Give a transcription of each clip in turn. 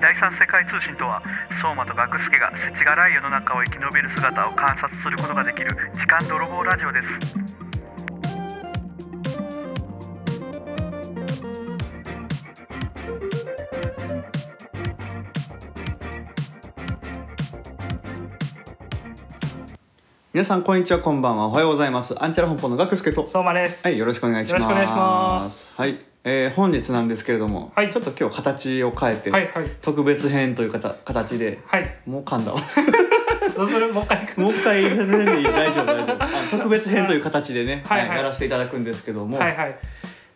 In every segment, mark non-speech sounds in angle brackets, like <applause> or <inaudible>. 第三世界通信とは相馬と学助が世知辛い世の中を生き延びる姿を観察することができる時間泥棒ラジオです皆さんこんにちはこんばんはおはようございますアンチャラ本舗の学助と相馬です。はいよろしくお願いしますよろしくお願いしますはい、えー、本日なんですけれども、はいちょっと今日形を変えて、はいはい特別編というかた形ではい。もう噛んだわ <laughs> どうするもう一回行く。もう一回全然でいい大丈夫大丈夫あの特別編という形でね、はいはいやらせていただくんですけども、はいはい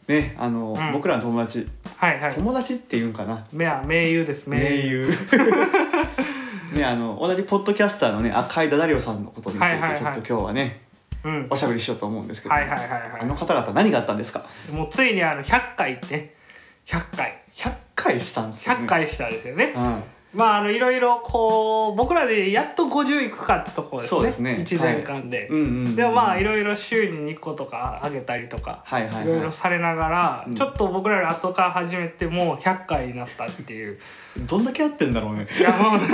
ねあの、うん僕らの友達はいはい。友達っていうんかな目は名優です名盟優。 <laughs> 友ねあの同じポッドキャスターのね赤井ダダリオさんのことについはいはいはていちょっと今日はねうん。おしゃべりしようと思うんですけど、はいはいはいあのは方々何があったんですかい。もうついにあの100回ってね100回100回したんですよ、ね、 100回したんですよね。うんまああのいろいろこう僕らでやっと50いくかってところですね。そうですね1年間で。うんうんうん、でもまあいろろいろ週に2個とか上げたりとか。はいはいはいいろいろされながら、うんちょっと僕らより後から始めてもう100回になったっていうどんだけやってんだろうねいやもう <laughs>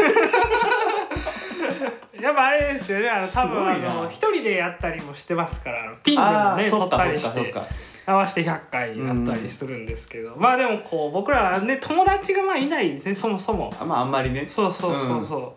やっぱあれですよねあの多分あすごいなの一人でやったりもしてますからあのピンでもねそ撮っっかたそりっかしそってか合わせて100回になったりするんですけど、まあでもこう僕らはね友達がまあいないですねそもそもあまああんまりねそうそうそうそ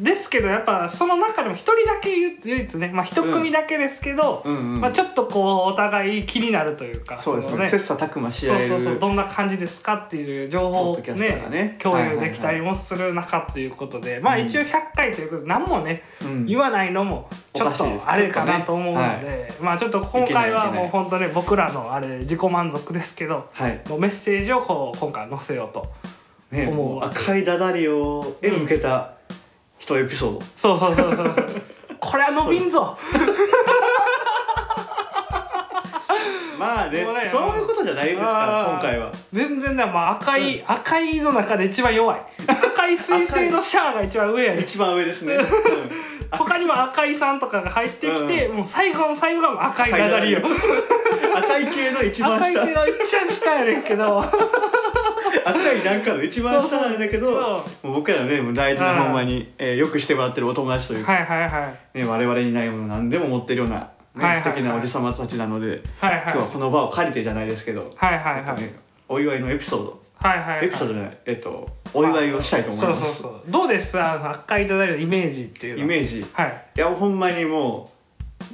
う、ですけどやっぱその中でも一人だけ唯唯一ねまあ一組だけですけど、うんうん、まあ、ちょっとこうお互い気になるというかそうですのね切磋琢磨し合えそうるそうそうどんな感じですかっていう情報をポッドキねャスターがね共有できたりもする中っていうことで、うんまあ一応100回ということで何もね、うん言わないのもちょおかっしいですとあれかなと思うので、ちょっとまあちょっと今回いけないいはけないもう本当ね僕らのあれ自己満足ですけどはいもうメッセージをこう今回載せようとね思うもう赤いダダリオへ向けた一エピソード、そうそうそうそうそう <laughs> これは伸びんぞまあねもうねそういうことじゃないですからあー今回は全然だよもう赤い、赤いの中で一番弱い赤い彗星のシャアが一番上やね一番上ですね、うん他にも赤井さんとかが入ってきて、もう最後の最後が赤いダダリオ赤赤い系の一番赤い下手がいっちゃん下やねんけど <laughs> 赤いなんかの一番下なんだけどそうもう僕らのねもう大事なほんまに、えーよくしてもらってるお友達というか、はいはいはいはいね、我々にないもの何でも持ってるような、ねはいはいはい素敵なおじさまたちなのではい今日はこの場を借りてじゃないですけど、はいはいはいねお祝いのエピソード、はいはいエピソードじゃない、えっと、お祝いをしたいと思います。そうそうそうどうですあの赤いダダリオのイメージっていうのイメージいはい、やほんまにも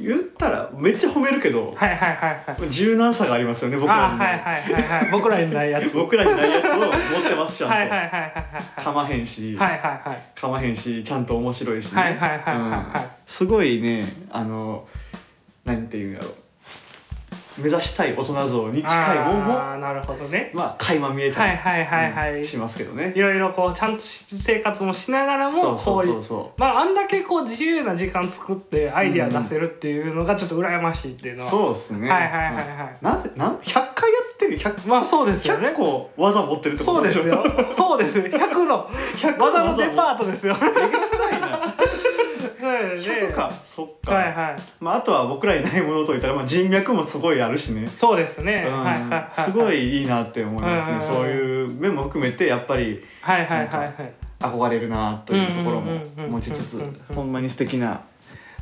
う言ったらめっちゃ褒めるけど、はいはいはいはい柔軟さがありますよね僕らあにはいない、はいはいはい僕らにないやつ僕らにないやつを持ってますちゃんと、はいはいはいはい <laughs> かまへんし、はいはいはいはいかまへんしちゃんと面白いし、ねはいはいはいはいはいうんすごいねあのなんていうんやろ目指したい大人像に近いもんもあーなるほどねまあ垣間見えはたいり、はいはいはい、うんしますけどねい。ろいろこうちゃんと生活もしながらそもうそこうういそううそまああんだけこう自由な時間作ってアイディア出せるっていうのがちょっと羨ましいっていうう。のは、そうですね。はいはいはいはなぜなん百回やってる百いまあそうですよ百ね個技持ってるってこそとうででしすょ。よ <laughs> そうです100の100技のデえパートですよげつないな。百100かそっか。はいはいまああとは僕らにないものといったらまあ人脈もすごいあるしね。そうですね、うんはいはいはいすごいいいなって思いますうね。んそういう面も含めてやっぱりはいはいはいはい憧れるなというところもうんうんうんうん持ちつつうんうんうんほんまに素敵な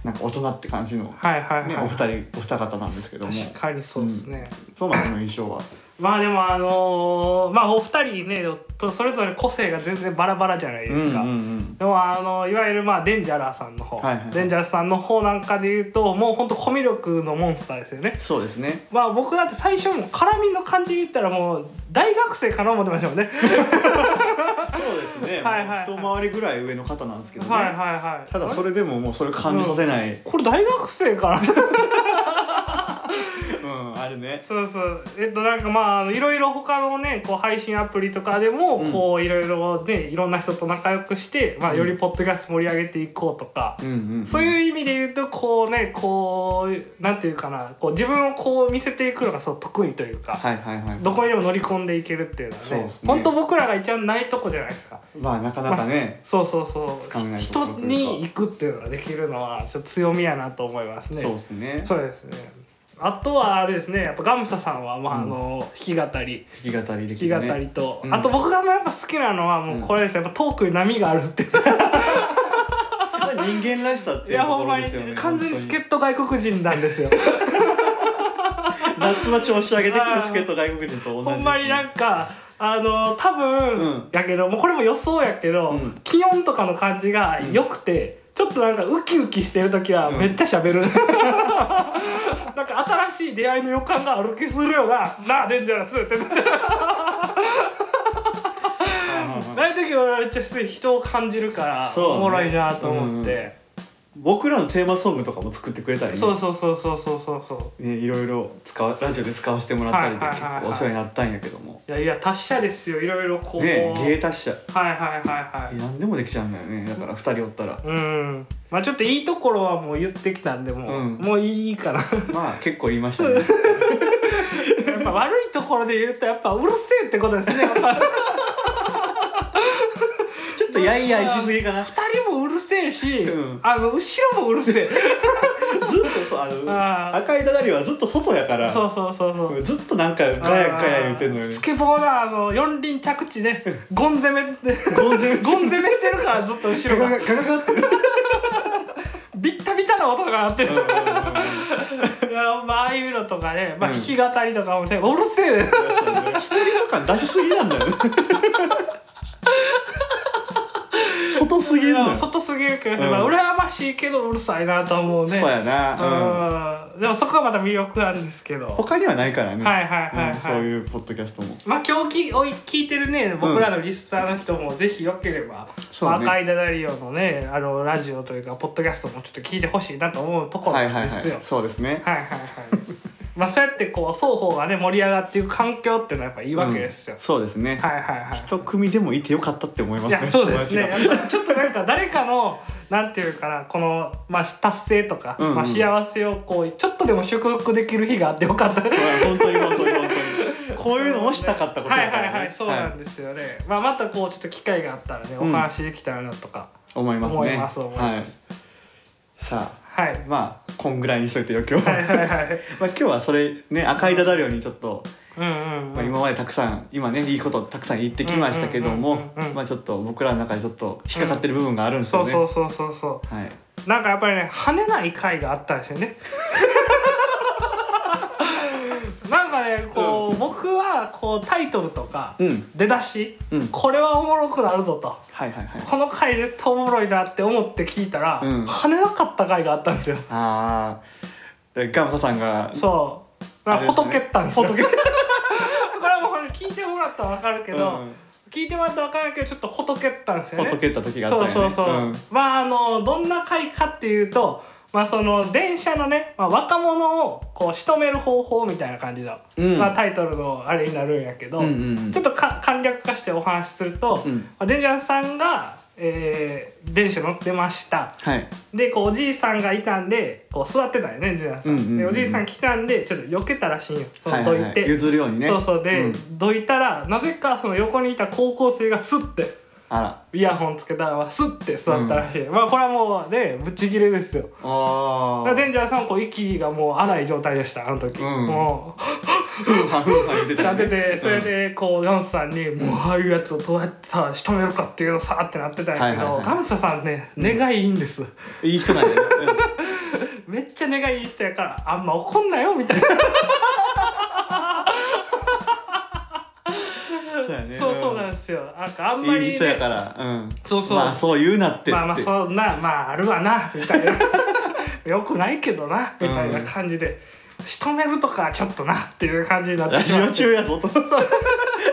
なんか大人って感じの、ね、はいはいはい、お二人お二方なんですけども確かにそうですね、そうなんの印象はまあでもあのーまあお二人ねとそれぞれ個性が全然バラバラじゃないですか、うんうんうん、でもあのいわゆるまあデンジャラーさんの方、はいはいはいデンジャラーさんの方なんかで言うともうほんとコミュ力のモンスターですよねそうですねまあ僕だって最初も絡みの感じで言ったらもう大学生かな思ってましたも <laughs> んねそうですね <laughs> はいはいはいもう一回りぐらい上の方なんですけどね、はいはいはいただそれれでももうそれ感じさせない、これ大学生かなうんあるねそうそうえっとなんかまああのいろいろ他のねこう配信アプリとかでもうんこういろいろねいろんな人と仲良くして、まあ、よりポッドキャスト盛り上げていこうとか、うんうん、うん、そうういう意味で言うとこうねこうなんていうかなこう自分をこう見せていくのがそう得意というか、はいはいはいどこにでも乗り込んでいけるっていうのはそうねですね本当僕らが一番ないとこじゃないですかまあなかなかね、そうそうそうつかめないとこ人ろというかに行くっていうのができるのはちょっと強みやなと思いますねそうですねそうですねあとはあれですねやっぱガムサさんは、まあ、あの弾き語り弾き語りで弾ききる語ねりと、うんあと僕がやっぱ好きなのはもうこれです、やっぱトークに波があるっていう人間らしさっていいうやとほこんろまでにすよね完全に本当助っ人外国人なんですよ夏は調子上げてくる助っ人外国人と同じです、ね、ほんまになんかあの多分、うんやけどもうこれも予想やけど、うん気温とかの感じが良くて、ちょっとなんかウキウキしてる時はうんめっちゃ喋る、 <laughs> なんか新しい出会いの予感がある気するよな「なあデンジャラス」ってはいはいはいない時はめっちゃ普通に人を感じるから、そうねおもろいなと思って、僕らのテーマソングとかも作ってくれたりそうそうそうそうそうそうそうね、いろいろ使わラジオで使わせてもらったりではいは結いはいはい構お世話になったんやけども、いやいや達者ですよいろいろこう、ね芸達者はいはいはいはい何でもできちゃうんだよねだから2人おったらうんまあちょっといいところはもう言ってきたんでもう、うんもういいかなやまあ結構言いましたねっぱ悪いところで言うとやっぱうるせえってことです <laughs> ねやっぱちょっとやいやいしすぎかなず二人もうるせえし、うんあの後ろもうるせ <laughs> えっとそうああのー赤いだだりはずっと外やからそうそうそうそうずっとなんかガヤガヤ言うてんのよねスケボーなあの四輪着地ねゴン攻め <laughs> でゴン攻めゴン攻めしてるからずっと後ガろガがガガガってうんうんビッタビタな音が鳴ってるいやまあああいうのとかね、まあ、うん弾き語りとかもね、うるせえねうんうんステレオ感出しすぎなんだよ <laughs> ね外すぎるのよ外すぎるけど、うんまあ、羨ましいけどうるさいなと思うねそうやな、うん、うんでもそこがまた魅力なんですけどは他にはないからね、いはいはいはい、うんそういうポッドキャストもまあ今日きおい聞いてるね僕らのリスナーの人もぜひよければ、そうまあね赤いダダリオのねあのラジオというかポッドキャストもちょっと聞いてほしいなと思うところはいなはんいですよはいそうですねはいはいはいまあそうやってこう双方がね盛り上がっていく環境っていうのはやっぱいいわけですよ、うんそうですね、はいはいはい一組でもいてよかったって思いまいすねやそうですね友や達っぱちょっとなんか誰かのなんていうかなこの、まあ、達成とか、うんうんまあ、幸せをこうちょっとでも祝福できる日があってよかったがうん本当に本当に本当にこういうのもしたかったことはいだかはら、ねいはいそうなんですよね、まあ、またこうちょっと機会があったらねおん話できたらなとか、思いますね思います思いますはい、さはいあまあこんぐらいにしといてよ今日は、はいはいはい <laughs> まあ、今日はそれね赤いダダ量にちょっと、うんうんまあ、うん今までたくさん今ねいいことたくさん言ってきましたけどうんうんもうんうんまあちょっと僕らの中でちょっと引っかかってる部分があるんですそようね、そうそうそうそはいうなんかやっぱりね跳ねない回があったんですよ <laughs> ねなんかねこう、僕はこうタイトルとか、うん出だし、うんこれはおもろくなるぞとはいはいはいこの回絶対おもろいなって思って聞いたら、うん跳ねなかった回があったんですよああガムサさんがそうなんかほとけったんですよほ <laughs> とけこれはもう聞いてもらったら分かるけど、うん聞いてもらったら分かるけどちょっとほとけったんですよほねっとけた時があったそようねそうそう、んまああのどんな回かっていうとまあその電車のね、まあ、若者をこう仕留める方法みたいな感じの、うんまあ、タイトルのあれになるんやけど、うんうんうんちょっとか簡略化してお話しすると、うんまあ、デンジャーさんが、えー電車乗ってましたはいでこうおじいさんがいたんでこう座ってたよねデンジャーさん,、うんうんうんでおじいさん来たんでちょっと避けたらしいんよそはのいはどいいて、はい譲るようにねそうそうで、んどいたらなぜかその横にいた高校生がスッてあらイヤホンつけたらスッて座ったらしい、まあこれはもうねぶち切れですよあだあから <laughs> デンジャーさんはこう息がもう荒い状態でしたあの時、うんもうふんはんふんはん言ってってたなよっねててそれでこうガムスさんに「もうああいうやつをどうやってさ仕留めるかっていうのさ」ってなってたんやけはいどはいはいガムスさんね願いいいんですうんいい人なんだよねめっちゃ願いいい人やからあんま怒んなよみたいな <laughs> うんそうやねそうそうなんですよなんかあんまいいり人やねからうんそうそうまあそう言うなってまあまあってそんなまああるわなみたいな <laughs> よくないけどなみたいな感じで仕留めるとかちょっとなっていう感じになってラジまオって中や <laughs> ぞと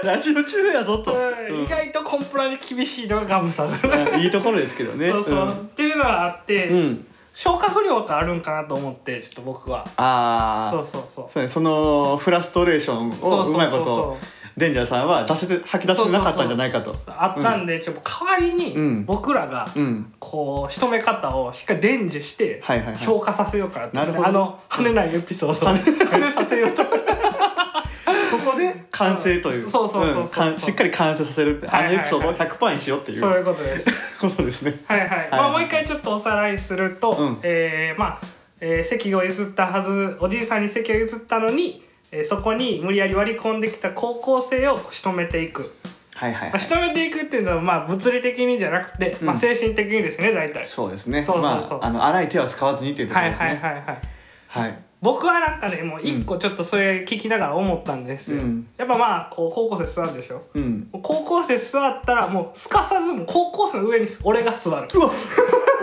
ラジオ中やぞとうん意外とコンプラに厳しいのがガムさんだねうんいいところですけどねそうそう、っていうのがあって、うんうん消化不良があるんかなと思ってちょっと僕はあそあうそうそうそうねそのフラストレーションそをうまいこそそとデンジャーさんは出せて吐き出せてなかったんじゃないかとうあったんで、ちょっと代わりうにん僕らがうんこう仕留め方をしっかり伝授してはいはいはい消化させようかなって、なるほどあの跳ねないエピソードを跳ねさせようとここで完成というそうそうそうそうんかんしっかり完成させるってあのエピソードを100%にしようっていうそういうことですことですねはいはい、いまあ、もう一回ちょっとおさらいすると、うんえーまあえー席を譲ったはずおじいさんに席を譲ったのに、えーそこに無理やり割り込んできた高校生を仕留めていく、はいはい、まはあ、い仕、留めていくっていうのはまあ物理的にじゃなくて、まあ、うん精神的にですね大体、そうですねそうそうそうまあ、あの荒い手は使わずにっていうとこはろいですはねいはいはいはい僕はなんかねもう一個ちょっとそれ聞きながら思ったんですよ、うんやっぱまあこう高校生座るでしょうんもう高校生座ったらもうすかさずもう高校生の上に俺が座るうわ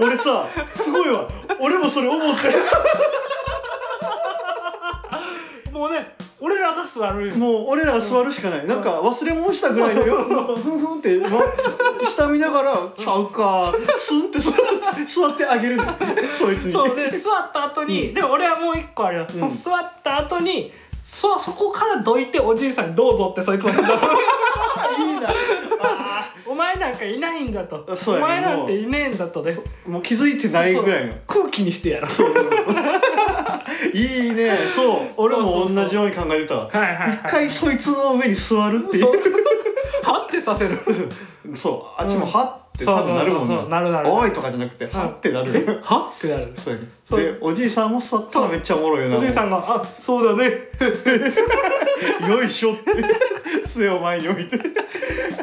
俺さすごいわ俺もそれ思ってもうね俺らが座るよもう俺らが座るしかない、なんか忘れ物したぐらいのよふんふんって、ま、下見ながら「ちゃうか」スンって座って座ってあげるのよそいつにそうで座った後に、うんでも俺はもう一個あります、うんその座った後にそそこからどいておじいさんにどうぞってそいつは <laughs> 言ったいいなあお前なんかいないんだと、あそうおやね前なんていねえんだとねーもう気づいてないぐらいの空気にしてやろうそうそうそういいねそう俺も同じように考えてたわはいはいはい一回そいつの上に座るっていうはってさせるそうあっちもうんはって多分なるもそうそうそうそんうなるなるおいとかじゃなくてんはってなるよはってなるそうやねそうでおじいさんも座ったらめっちゃおもろいよなおじいさんが「あそうだねよいしょって杖を前に置いて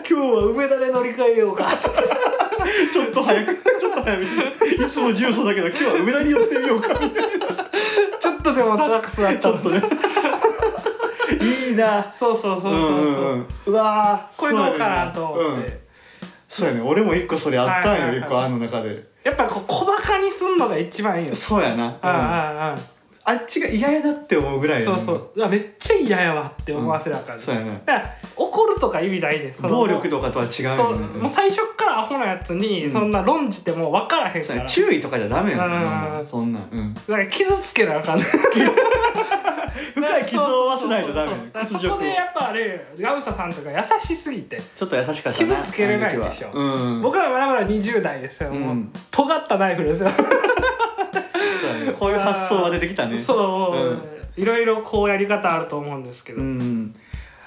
今日は梅田で乗り換えようか」 <laughs> ちょっと早くちょっと早めにいつも重曹だけど今日は梅田に寄ってみようかみたいちょっとでも長く座っなちちゃょうっとねいいなそうそうそうそうそう,、んんうわーこれどうかなとそうや思っねて、うんそうやね俺も一個それあったはいんはよいはい一個あの中でやっぱこう小バカにすんのが一番いいよそうやなああうんああああっちが嫌やなって思うぐらあいやそねうそううわめっちゃ嫌やわって思わせなあかんね、そうやなだから怒るとか意味ないでその暴力とかとは違うそうよもうね最初からアホなやつにうんそんな論じても分からへんそかうら、や注意とかじゃダメやうんうんうなんそんなんうんだから傷つけなあかんね <laughs> 深い傷を負わせないとダメそうそう屈そう辱そをこでやっぱあれガウサさんとか優しすぎて、ちょっと優しかったな傷つけれないでしょあの時はうん僕らまだまだ20代ですよ、もううん尖ったナイフですよそうやねこういう発想は出てきたね <laughs> そう、うんいろいろこうやり方あると思うんですけど、ううん、ん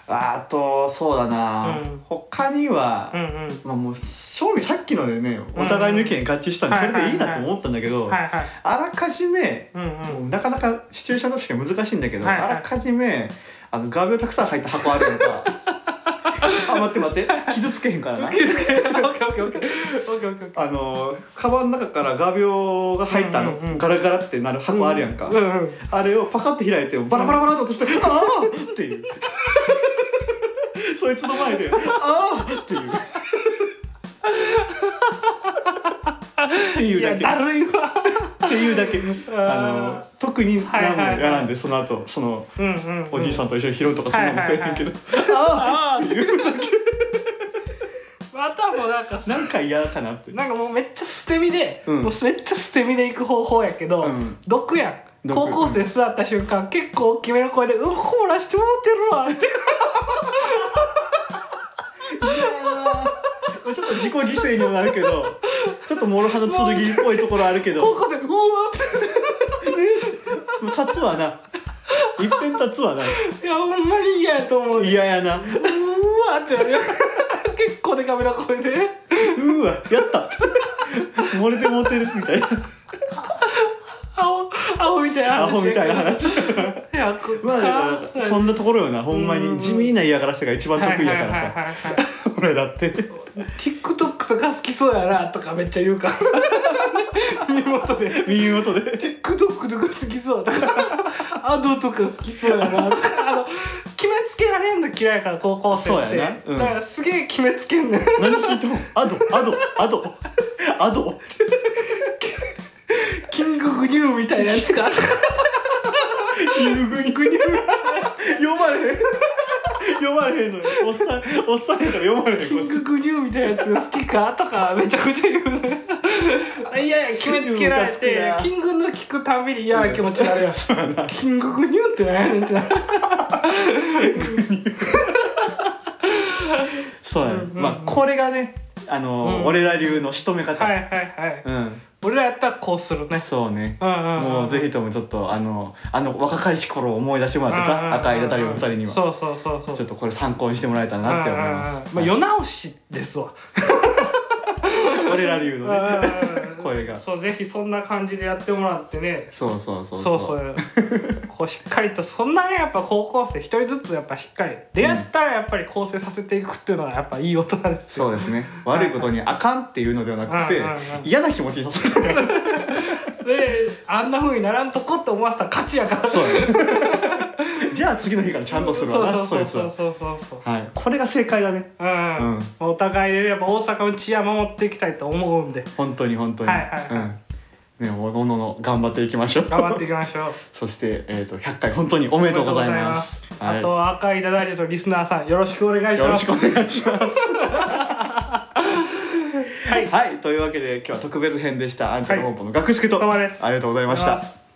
あとそうだな、うん他には、うんまあもう正味さっきのでねお互いの意見合致したんで、うんそれでいいなと思ったんだけど、はいはいあらかじめうんうんなかなかシチュエーションとして難しいんだけど、はいはいあらかじめあの画鋲たくさん入った箱あるやん <laughs> かあ待って待って傷つけへんからなオッケーオッケーオッケーオッケーオッケーあのカバンの中から画鋲が入ったあの、うんうんうんガラガラってなる箱あるやんか、うんうんあれをパカッて開いてバラバラバラっと落として「ああ!」っていうそいつの前で「ああ!」っていうっていういやだけだるいわっていうだけあーあの特に何もはいはいはいやらんでその後そのうんうん、うん、おじいさんんと一緒に拾うとかそんなのもせえへんけどあああっていうまたもうなんかあなんか嫌かなってなんかもうめっちゃ捨て身で、うんもうめっちゃ捨て身で行く方法やけど、うん毒やん毒高校生座った瞬間、結構大きめの声で「うんこ漏らしてもらってるわ」ってちょっと自己犠牲にもなるけどちょっと諸刃の剣っぽいところあるけど高校生「うわ!」立つわな一遍立つわなっていやほんまに嫌やと思う嫌やなうーわってなるよ <laughs> 結構でかめな声でうーわやった漏れてモてるみたいな青青みたいなア話ホみたいな話いやこっまあからだからそんなところよなほんまうんに地味な嫌がらせが一番得意やからはいさはいはいはい俺らって TikTok とか好きそうやなとかめっちゃ言うから耳元で耳元で TikTok とか好きそうとかアドとか好きそうやなとかあの決めつけられんの嫌いやから高校生ってそうやなうんだからすげえ決めつけんねん何聞いてもアドアドアドアドキンググニューみたいなやつがキンググニュ読まれへん読まれへんのよおっさんおっさんやから読まれへんキこっンちググニューみたいなやつ好きかとかめちゃくちゃ言うねあいやいや決めつけられムてカつくなキングの聞くたびに嫌な気持ちになるやんそうやなキンググニューってなんやねんってなるそうやなうんうんまあこれがねあうのん俺ら流の仕留めはい方はいはいうん俺らやったらこうするねそうねももうぜひともちょっとあのあの若かりし頃を思い出してもらってさ赤いだたりの二人にはちそうそうそうそうょっとこれ参考にしてもらえたらなって思いますうんうんうんまあ世直しですわ俺ら流のねうんうんうん声がそうぜひそんな感じでやってもらってねそうそうそうそうそうこうしっかりとそんなねやっぱ高校生一人ずつやっぱしっかり出会ったらやっぱり構成させていくっていうのはやっぱいい大人ですよそうですね悪いことにあかんっていうのではなくてうんうんうん嫌な気持ちにさせるであんなふうにならんとこって思わせたら勝ちやからそうや <laughs> じゃあ次の日からちゃんとするわなそそいうつそうはそうそうそうはいこれが正解だねうんうんお互いでやっぱ大阪の治安守っていきたいと思うんで本当に本当にはいはいはいうんねおのおの頑張っていきましょう頑張っていきましょうそしてえっと100回本当におめでとうございますおめでとうございはいますあと赤いただいたリスナーさんよろしくお願いしよまろすしくお願いし <laughs> ます。はいはい、というわけで今日は特別編でした。アンチョの本舗の学助と、どうもですありがとうございました。ありがとうございます